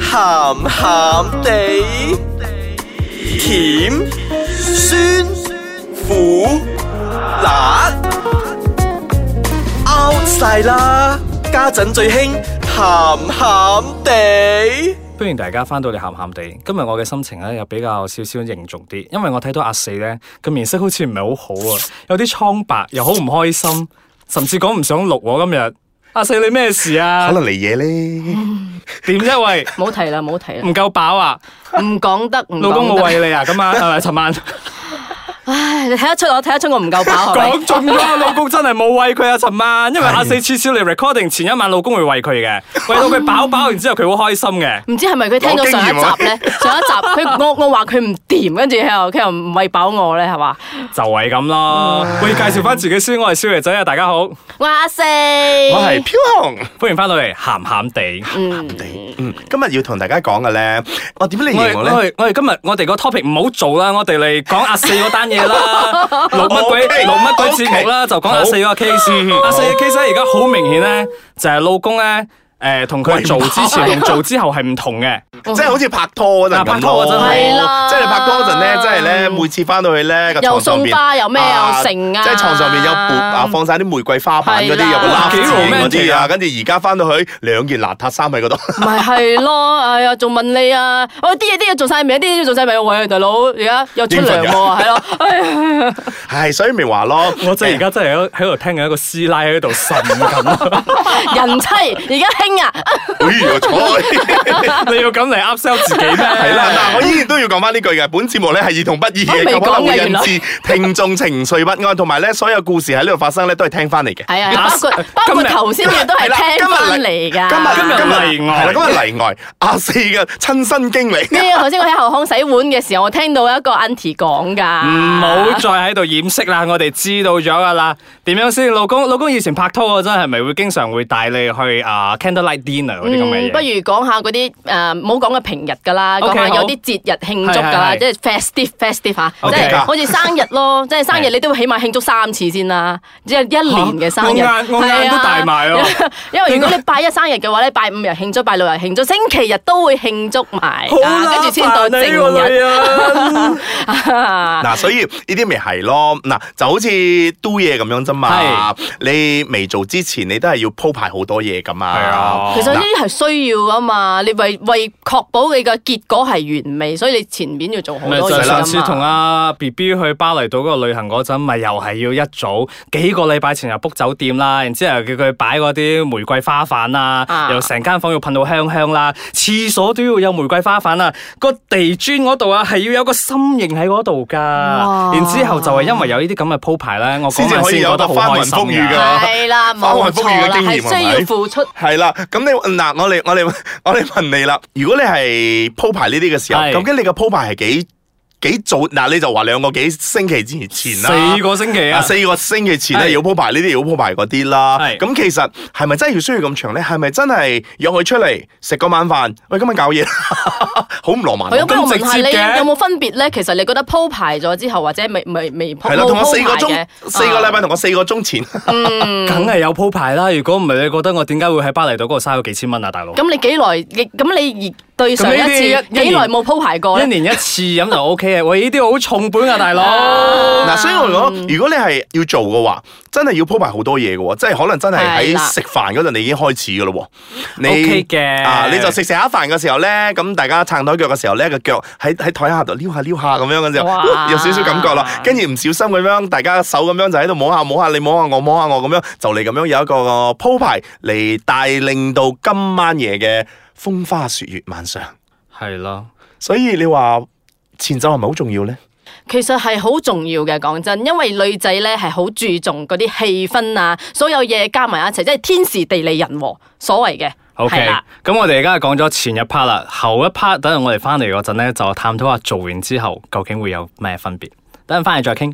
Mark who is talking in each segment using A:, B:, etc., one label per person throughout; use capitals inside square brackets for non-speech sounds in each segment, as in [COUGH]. A: 鹹鹹地，甜酸苦辣 out 晒啦！家陣最興鹹鹹地。
B: 歡迎大家翻到嚟鹹鹹地，今日我嘅心情咧又比較少少凝重啲，因為我睇到阿四咧個面色好似唔係好好啊，
C: [LAUGHS]
B: 有啲蒼白，又好唔開心，甚至講唔想錄我今日。阿四你咩事啊
D: 可？能嚟嘢
B: 嗯
D: 咧，
B: 點啫
C: [LAUGHS]
B: 喂？
C: 冇提啦，冇提啦
B: 唔，夠飽啊？
C: 唔講得，唔
B: 老公
C: 講
B: 冇
C: 得。
B: 餵你啊？咁
C: [LAUGHS]
B: 啊？誒，尋晚
C: 唉，你睇得出我睇得出我唔
D: [LAUGHS]
C: 夠飽係咪
B: 講中咗，老公真係冇餵佢啊！尋晚，因為阿四次次嚟 recording 前一晚，老公會餵佢
C: [LAUGHS]
B: 嘅，餵到佢飽飽，然之後佢好開心嘅。
C: 唔知係咪佢聽
D: 我
C: 咗
D: 經
C: 上一
D: 驗啊
C: 集咧？ [LAUGHS] 上一集佢我我話佢唔掂，跟住佢又佢又唔喂飽我咧，係嘛？
B: 就係咁啦。
C: 嗯
B: 喂，介紹翻自己先，我係少爺仔啊，大家好，
C: 我阿四，
D: 我
C: 我
D: 係飄紅。
B: 歡迎翻到嚟鹹鹹地。
D: 嗯，今日要同大家講嘅咧，我點樣嚟
B: 我哋
D: 形
B: 我
D: 容咧？
B: 哋我哋今日我哋個 topic 唔好做啦，我哋嚟講阿四嗰單嘢啦，錄乜鬼
D: Okay，
B: 錄乜鬼節目啦，就講阿四個 case。阿四嘅 case 咧，而家好明顯咧，就係老公咧，誒同佢做之前同做之後係唔同嘅。
D: 即係好似拍拖嗰
B: 哦啊
D: 陣咁咯
B: 拍拖嗰陣嗯係
C: 啦
D: 即係你拍拖嗰陣咧，即係咧每次翻到去咧個
C: 又
D: 床上邊
C: 送花又咩又剩啊
D: 即係床上邊有撥啊放晒啲玫瑰花瓣嗰
C: 係
D: 啲，
C: 啦
D: 有個
C: 哇
D: 拉
B: 幾
D: 嗰
B: romantic
D: 啲
B: 啊
D: 啊，跟住而家翻到去兩件邋遢衫喺嗰度， [LAUGHS]
C: 咪係咯，哎呀，仲問你啊，我啲嘢啲嘢做晒未？啲嘢做晒未？喂，大佬，而家又出糧
D: 應
C: 喎，
D: 份
C: 係咯， [LAUGHS] 哎呀
D: 係所以咪話咯，
B: 我真係而家真係喺喺度聽緊一個師奶喺度呻 [LAUGHS] 緊，
C: 人妻而家興啊，
D: 哎呀彩。
B: [LAUGHS] 你要咁嚟 upsell 自己咩？
D: 係
C: [LAUGHS]
D: 啦，嗱，我依然都要講翻呢句嘅。本節目咧係兒童不宜嘅，
C: 我未
D: 咁
C: 講嘅
D: 可能會
C: 原
D: 引
C: 來
D: 致聽眾情緒不安，同埋咧所有故事喺呢度發生咧都係聽翻嚟嘅。
C: 係啊，包括包括頭先嘅都係
D: 係啦
C: 聽翻
D: 今日
C: 嚟㗎。
D: 今日
B: 今日例外
D: 係啦，今日例外，阿四嘅親身經歷。
C: 咩啊？頭先我喺後巷洗碗嘅時候，我聽到一個 auntie 講㗎。
B: 唔好再喺度掩飾啦，我哋知道咗噶啦。點樣先？老公，老公以前拍拖嗰陣係咪會經常會帶你去啊 ờ, candlelight dinner 嗰啲咁嘅嘢？
C: 嗯，不如講下嗰啲呃誒，唔好講嘅平日㗎啦，
B: OK，
C: 講下有
B: 好
C: 啲節日慶祝㗎啦，
B: 係係係
C: 即係 festive festive 嚇，即
B: OK
C: 係
D: 㗎
C: 好似生日咯，即係生日你都起碼慶祝三次先啦，即係一年嘅生日。
B: 嚇我眼我眼
C: 係啊
B: 都大埋啊
C: [LAUGHS] 因為如果你拜一生日嘅話咧，拜五日慶祝，拜六日慶祝，星期日都會慶祝埋
B: 好
C: 㗎，啊跟住先到正 [LAUGHS] 日。
D: [LAUGHS]
C: 啊
B: 人。
D: 嗱，所以呢啲咪係咯，嗱就好似 do 嘢咁樣啫嘛。你未做之前，你都係要鋪排好多嘢噶嘛。
B: 係啊
C: 其實呢
D: 嗱
C: 啲係需要㗎嘛，你為為確保你嘅結果係完美，所以你前面要做好
D: 啊
B: 咪
C: 多
B: 就
C: 嘢
B: 係
C: 㗎嘛。
B: 上次同阿 B B 去巴厘島嗰個旅行嗰陣，咪又係要一早幾個禮拜前就 book 酒店啦，然之後叫佢擺嗰啲玫瑰花瓣啊，
C: 啊
B: 又成間房要噴到香香啦，廁所都要有玫瑰花瓣啊，個地磚嗰度啊係要有個心形喺嗰度㗎。然之後就係因為有呢啲咁嘅鋪排咧，我
D: 先
B: 嗰
D: 至
B: 晚
D: 可以
B: 先
D: 有
B: 覺得好
D: 個翻雲
B: 開心
D: 覆雨
B: 㗎
D: 嘅。
C: 係啦，冇錯啦，
D: 翻雲覆雨嘅
C: 係
D: 經驗係咪
C: 需要付出。
D: 係啦，咁你嗱，我哋我哋 [LAUGHS] 我哋問你啦，如果你係鋪排呢啲嘅時候，
B: 係
D: 究竟你嘅鋪排係幾幾早？嗱，你就話兩個幾星期前前啦，
B: 四個星期
D: 啊
B: 啊，
D: 四個星期前
B: 係
D: 咧要鋪排呢啲，要鋪排嗰啲啦。
B: 係
D: 咁其實係咪真係要需要咁長咧？係咪真係約佢出嚟食個晚飯？喂，今晚搞嘢， [LAUGHS] 好唔浪漫
C: 係咯，
D: 啊。
C: 咁我問下
B: 咁直接嘅
C: 你有冇分別咧？其實你覺得鋪排咗之後，或者未未未鋪
D: 係啦，同我
C: 冇
D: 四個
C: 鋪
D: 鐘
C: 排，嘅啊
D: 四個禮拜同我四個鐘前，
B: 梗係有鋪排啦。如果唔係，你覺得我點解會喺巴厘島嗰度嘥咗幾千蚊啊，大佬？
C: 咁你幾耐？你咁你而對上
B: 咁
C: 一
B: 呢
C: 次
B: 啲一一
C: 幾耐冇鋪排過
B: 一
C: 咧？
B: 年一次飲就 O [LAUGHS] K 嘅，喂，呢啲好重本啊，大佬。
C: 啊
D: 嗱，所以我講，
C: 嗯
D: 如果你係要做嘅話，真係要鋪排好多嘢嘅喎，即係可能真係
C: 係
D: 喺
C: 啦
D: 食飯嗰陣你已經開始嘅咯喎。你
B: OK 嘅
D: 啊，你就食食下飯嘅時候咧，咁大家撐台腳嘅時候咧，個腳喺喺台下度撩下撩下咁樣嘅時候，
C: 哇
D: 呃有少少感覺啦。跟住唔小心咁樣，大家手咁樣就喺度摸下摸下，你摸下我摸下我咁樣，就嚟咁樣有一個鋪排嚟帶領到今晚夜嘅風花雪月晚上。
B: 係咯，
D: 所以你話前奏係咪好重要咧？
C: 其實係好重要嘅，講真，因為女仔咧係好注重嗰啲氣氛啊，所有嘢加埋一齊，即係天時地利人和所謂嘅。
B: OK，
C: 係啦
B: 咁我哋而家講咗前一 part 啦，後一 part 等陣我哋翻嚟嗰陣咧，就探討下做完之後究竟會有咩分別。等陣翻嚟再傾。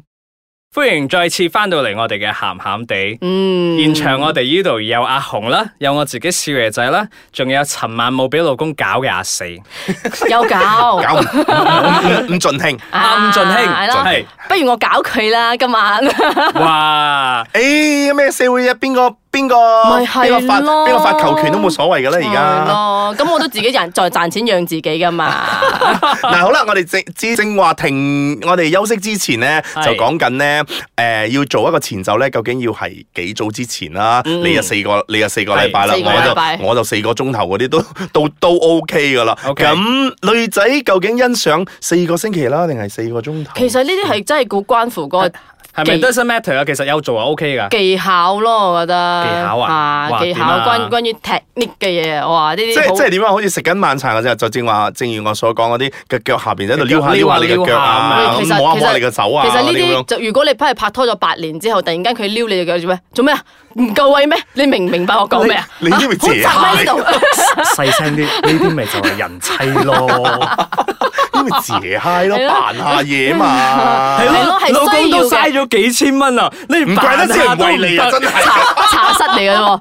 B: 歡迎再次翻到嚟我哋嘅鹹鹹地。
C: 嗯，
B: 現場我哋呢度有阿紅啦，有我自己少爺仔啦，仲有尋晚冇俾老公搞嘅阿四，
C: 有搞。
D: [LAUGHS]
C: 啊
D: 搞唔唔唔盡
B: 啱
D: 興。
B: 盡興
C: 係啦
B: 啊係 [LAUGHS]
C: 不如我搞佢啦，今晚。
B: 哇！
D: 哎诶，咩社會入邊個邊邊個
C: 咪係
D: 邊個發
C: 咯
D: 邊個發球權都冇所謂㗎啦，而
C: [LAUGHS] 係
D: 家。
C: 咯，咁我都自己人再賺錢養自己噶嘛。
D: 嗱，好啦，我哋正之正話停，我哋休息之前咧，
B: 係
D: 就講緊咧，诶，要做一個前奏咧，究竟要係幾早之前啦？
B: 嗯
D: 你就四個，你就四個禮拜啦，
C: 係四個禮拜
D: 我就我就四個鐘頭嗰啲都都都 OK 噶啦。
B: OK
D: 咁女仔究竟欣賞四個星期啦，定係四個鐘頭？
C: 其實呢啲係真係估關乎嗰個
B: 係咪
C: 技
B: doesn't matter 啊？其實有做係 OK 㗎。
C: 技巧咯，我覺得。
B: 技巧啊哇
C: 技巧
B: 點啊
C: 關關於 technique 嘅嘢，哇！呢
D: 即
C: 啲
D: 係即
C: 好
D: 係點啊？好似食緊晚餐嗰陣，就正話，正如我所講嗰啲腳腳下邊喺度撩下
B: 撩下
D: 撩下你嘅
B: 撩
D: 腳
B: 下
D: 啊，
C: 喂
D: 咁
C: 其實
D: 摸下摸下
C: 其實
D: 你嘅手啊，
C: 其實呢
D: 嗰咁樣
C: 啲就如果你真係拍拖咗八年之後，突然間佢撩你隻腳做咩？做咩啊？唔夠位咩？你明唔明白我講咩啊？
D: 你你知唔知
C: 好雜喺呢
D: [LAUGHS]
C: 度，
B: [LAUGHS] 細聲啲，呢啲咪就係人妻
D: 哦 [LAUGHS]
B: 咯。
D: 因為斜嗨咯，
C: 係咯
D: 扮下嘢嘛，
C: 係咯係
B: 老公都
C: 需要
B: 嘥咗幾千蚊啦，你
D: 唔怪得之人為你啊，真係，
C: 茶茶室嚟嘅喎。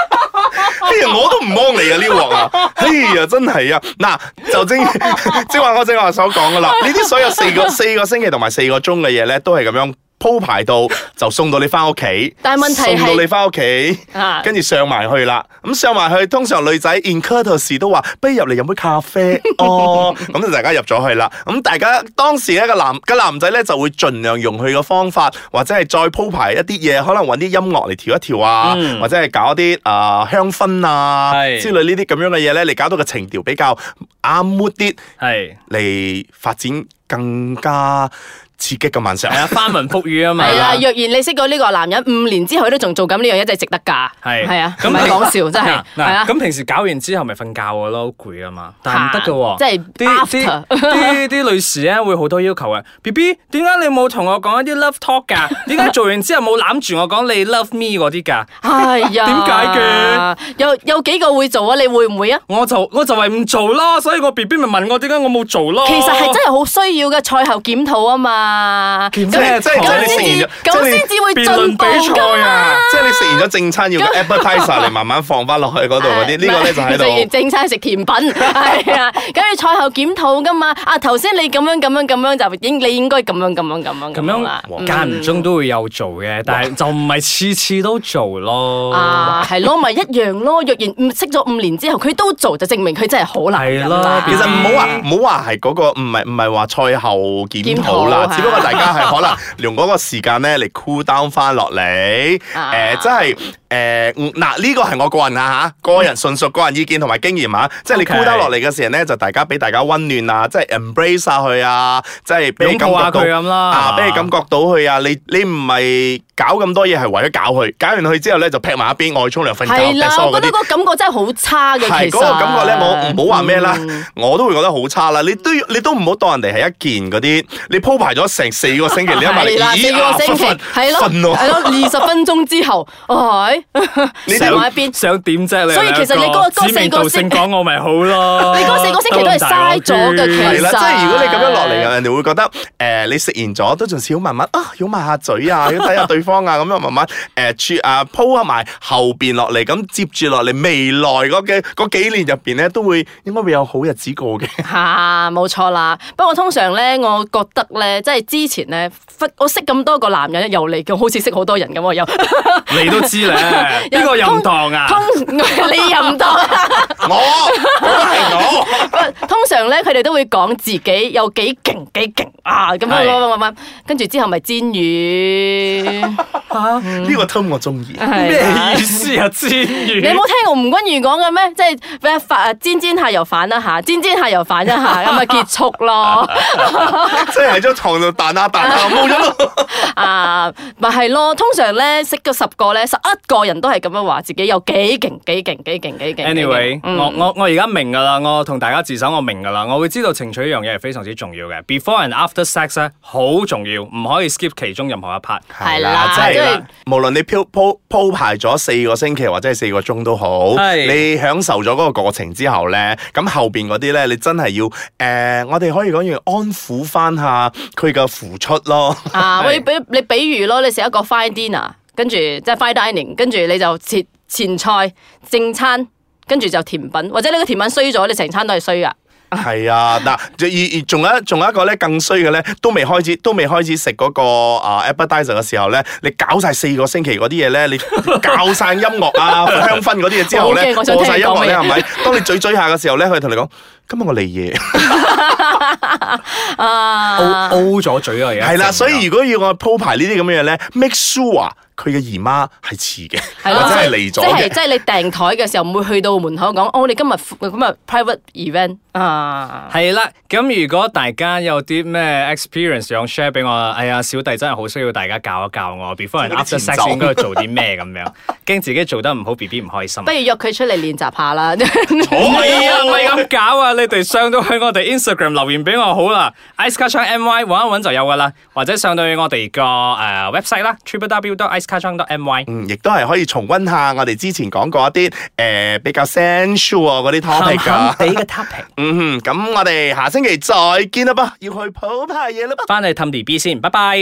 D: 哎呀，我都唔幫你啊呢鑊
C: [LAUGHS]
D: 啊，哎呀，真係啊，嗱，就正 [LAUGHS] 正話我正話所講
C: [LAUGHS]
D: 噶啦，呢啲所有四個四個星期同埋四個鐘嘅嘢咧，都係咁樣鋪排到就送到你翻屋企，
C: 但係問題係
D: 送到你翻屋企
C: 啊，
D: 跟住上埋去啦，咁上埋去，通常女仔 in courtesy 都話，不如入嚟飲杯咖
C: [LAUGHS]
D: 啡哦，咁就大家入咗去啦，咁大家當時咧個男個男仔咧就會盡量用佢嘅方法，或者係再鋪排一啲嘢，可能揾啲音樂嚟調一調啊，
B: 嗯
D: 或者係搞一啲啊、香薰啊
B: 係
D: 之類呢啲咁樣嘅嘢咧，嚟搞到個情調比較啱 mood 啲，
B: 係
D: 嚟發展更加刺激嘅晚上
B: 係。 [LAUGHS] 啊，翻文覆雨啊嘛。
C: 係啊，若然你識過呢個男人五年之後，佢都仲做緊呢樣嘢，真係值得㗎。
B: 係
C: 係啊，唔
B: 咁
C: 係講笑，真係
B: 嗱
C: 係
B: 嗱，。
C: 啊
B: 咁平時搞完之後咪瞓覺嘅咯，好攰啊嘛，但係唔得
C: 嚇即
B: 嘅
C: 係
B: 喎，啲啲啲啲女士咧會好多要求嘅，B B 點解你冇同我講一啲 love talk 㗎？
C: [LAUGHS]
B: 點解做完之後冇攬住我講你 love me 嗰啲㗎？
C: 哎呀，
B: 點
C: 解嘅？有有幾個會做啊？你會唔會啊？
B: 我就我就係唔做咯，所以我 B B 咪問我點解我冇做咯。
C: 其實係真係好需要嘅賽後檢討啊嘛，
B: 檢
C: 咁
B: 即係即係
C: 咁
B: 即係
C: 先
D: 你
C: 至
D: 承認咗
C: 咁先至會
B: 辯
C: 進
B: 論
C: 步
B: 比
C: 㗎
B: 賽
C: 嘛。
B: 啊！
D: 即係你食完咗正餐要個
C: [LAUGHS]
D: appetizer 嚟慢慢放翻落去嗰度嗰啲，呢個咧就喺
C: 食完
D: 度。
C: 正餐食甜品， [LAUGHS] 係啊，咁要賽後檢討㗎嘛。啊，頭先你咁樣咁樣咁樣就應你應該咁樣咁樣咁樣
B: 咁
C: 樣啦。
B: 樣
C: 嗯
B: 間唔中都會有做嘅，但係就唔係次次都做
D: 哦
B: 咯。
C: 啊，係咯，咪一樣咯。若然唔識咗五年之後，佢都做，就證明佢真係好男人啦。
B: 係
D: 其
B: 咯
D: 實唔好話唔好話係嗰個唔係唔係話賽後檢討
C: 檢
D: 啦
C: 討，啊
D: 只不過大家係可能用嗰個時間咧嚟 cool down 翻落嚟。
C: 啊
D: 誒，真係誒嗯嗱呢個係我個人啊嚇，個人純屬個人意見同埋經驗啊，即係你
B: OK
D: cool down 落嚟嘅時候咧，就大家俾大家温暖啊，即係 embrace 下佢啊，即係俾你感
B: 擁抱
D: 覺
B: 下
D: 到
B: 佢咁啦
D: 啊，
B: 係嘛
D: 俾你感覺到佢啊，你你唔係搞咁多嘢係為咗搞佢，搞完佢之後咧就劈埋一邊，我去沖涼瞓覺，
C: 係
D: 劈
C: 啦，
D: 梳
C: 我
D: 嗰
C: 覺得
D: 啲。
C: 個感覺真係好差嘅。
D: 係
C: 其
D: 嗰
C: 實
D: 個感覺咧，我唔好話咩啦
C: 嗯，
D: 我都會覺得好差啦。你都要你都唔好當人哋係一件嗰啲，你鋪排咗成四個星期，你一埋嚟
C: [LAUGHS] 係啦，四
D: 咦啊
C: 個星期
D: 瞓
C: 係咯，哎
D: 瞓
C: 係咯，
D: 喎
C: 二十分鐘之後，係 [LAUGHS]
D: 你
C: 成埋一邊。
B: 想點啫？你
C: 所以
B: 兩
C: 其實你嗰
B: 個
C: 嗰
B: 指名
C: 四個
B: 道
C: 星
B: 姓講我咪好咯。
C: [LAUGHS] 你嗰四個星期都係嘥咗嘅其
D: 係啦，
C: 其
D: 即
C: 實
D: 係如果你咁樣落嚟，人哋會覺得誒、呃你食完咗都仲少慢慢啊，擁埋下嘴啊，要睇下對方啊，咁樣慢 [LAUGHS] 慢誒處啊鋪下埋後邊落嚟，咁接住落嚟未來嗰嘅嗰幾年入邊咧，都會應該會有好日子過嘅。 [LAUGHS]
C: 嚇，冇錯啦。不過通常咧，我覺得咧，即係之前咧，忽我識咁多個男人，又嚟嘅，好似識好多人咁
D: [LAUGHS]
C: 喎，又 [LAUGHS]
B: 你都知咧，呢個淫蕩啊！
C: 通你又唔當
D: 我嗰個係我。
C: 通常咧，佢哋都會講自己有幾勁幾勁啊，咁樣
B: 係
C: 咁樣跟住之後咪煎魚，嗯
D: 呢個 term 我中意。
C: 係啦
B: 咩 [LAUGHS] 意思啊？煎魚？
C: 你冇聽過吳君如講嘅咩？即係咩反煎煎下又反一下，煎煎下又反一下，咁咪結束咯。
D: 即係喺張床度彈下彈下，冇咗咯。
C: 啊，咪係咯。通常咧識咗十個咧，十一個人都係咁樣話自己有幾勁幾勁幾勁幾勁。
B: Anyway，
C: 嗯
B: 我我我而家明噶啦，我同大家自首，我明噶啦，我會知道情趣呢樣嘢係非常之重要嘅，before and after sex 咧好重要，唔可以 skip 其中任何一 part。
C: 係啦
D: 真
C: 即
D: 係
C: 係
D: 啦。無論你鋪鋪鋪排咗四個星期或者係四個鐘都好，
B: 係
D: 你享受咗嗰個過程之後咧，咁後邊嗰啲咧，你真係要誒、呃我哋可以講要安撫翻下佢嘅付出
C: [LAUGHS]
D: 咯。
C: 啊，
B: 係
C: 喂，比你比如咯，你食一個 fine dinner，跟住即係 fine dining，跟住你就切前菜、正餐，跟住就甜品，或者你個甜品衰咗，你成餐都係衰噶。
D: 係啊，嗱，而而仲有一仲有一個咧更衰嘅咧，都未開始都未開始食嗰個啊 appetizer 嘅時候咧，你搞晒四個星期嗰啲嘢
C: [LAUGHS]
D: 咧，你教晒音樂啊香薰嗰啲嘢之後咧，
C: 我好驚我想
D: 播晒音
C: 聽你
D: 樂咧係
C: 講嘢
D: 咪？當你咀咀下嘅時候咧，佢同你講：今日我嚟夜。
C: 啊
B: O O 咗嘴啊，而家
D: 係啦，所以如果要我鋪排呢啲咁嘅嘢咧，make sure 佢嘅姨媽係遲嘅，
C: 係咯
D: 或者啊係嚟咗
C: 即係
D: 嘅。
C: 即係你訂台嘅時候唔會去到門口講，哦，你今日咁啊 private event 啊，
B: 系啦，咁如果大家有啲咩 experience 想 share 俾我，哎呀，小弟真係好需要大家教一教我，before and
D: 嗰
B: after
D: 啲前
B: sex
D: 奏
B: 應該要做啲咩咁樣，驚自己做得唔好，B B 唔開心啊
C: 不。如約佢出嚟練習下啦。
B: 唔
C: [LAUGHS]
B: 係啊，唔係咁搞啊！你哋上到去我哋 Instagram 留言俾我好啦，Ice c a t c h n My 揾一揾就有噶啦，或者上到去我哋個誒 website 啦 t r i p l e w i c e c a t c h n My。
D: 嗯，亦都係可以重温下我哋之前講過一啲诶、呃比較 sensual 嗰啲 topic 噶。
B: 地嘅 topic，
D: 嗯哼，咁我哋下星期再見啦噃，要去鋪排嘢啦噃。
B: 翻嚟氹 B B 先，拜拜。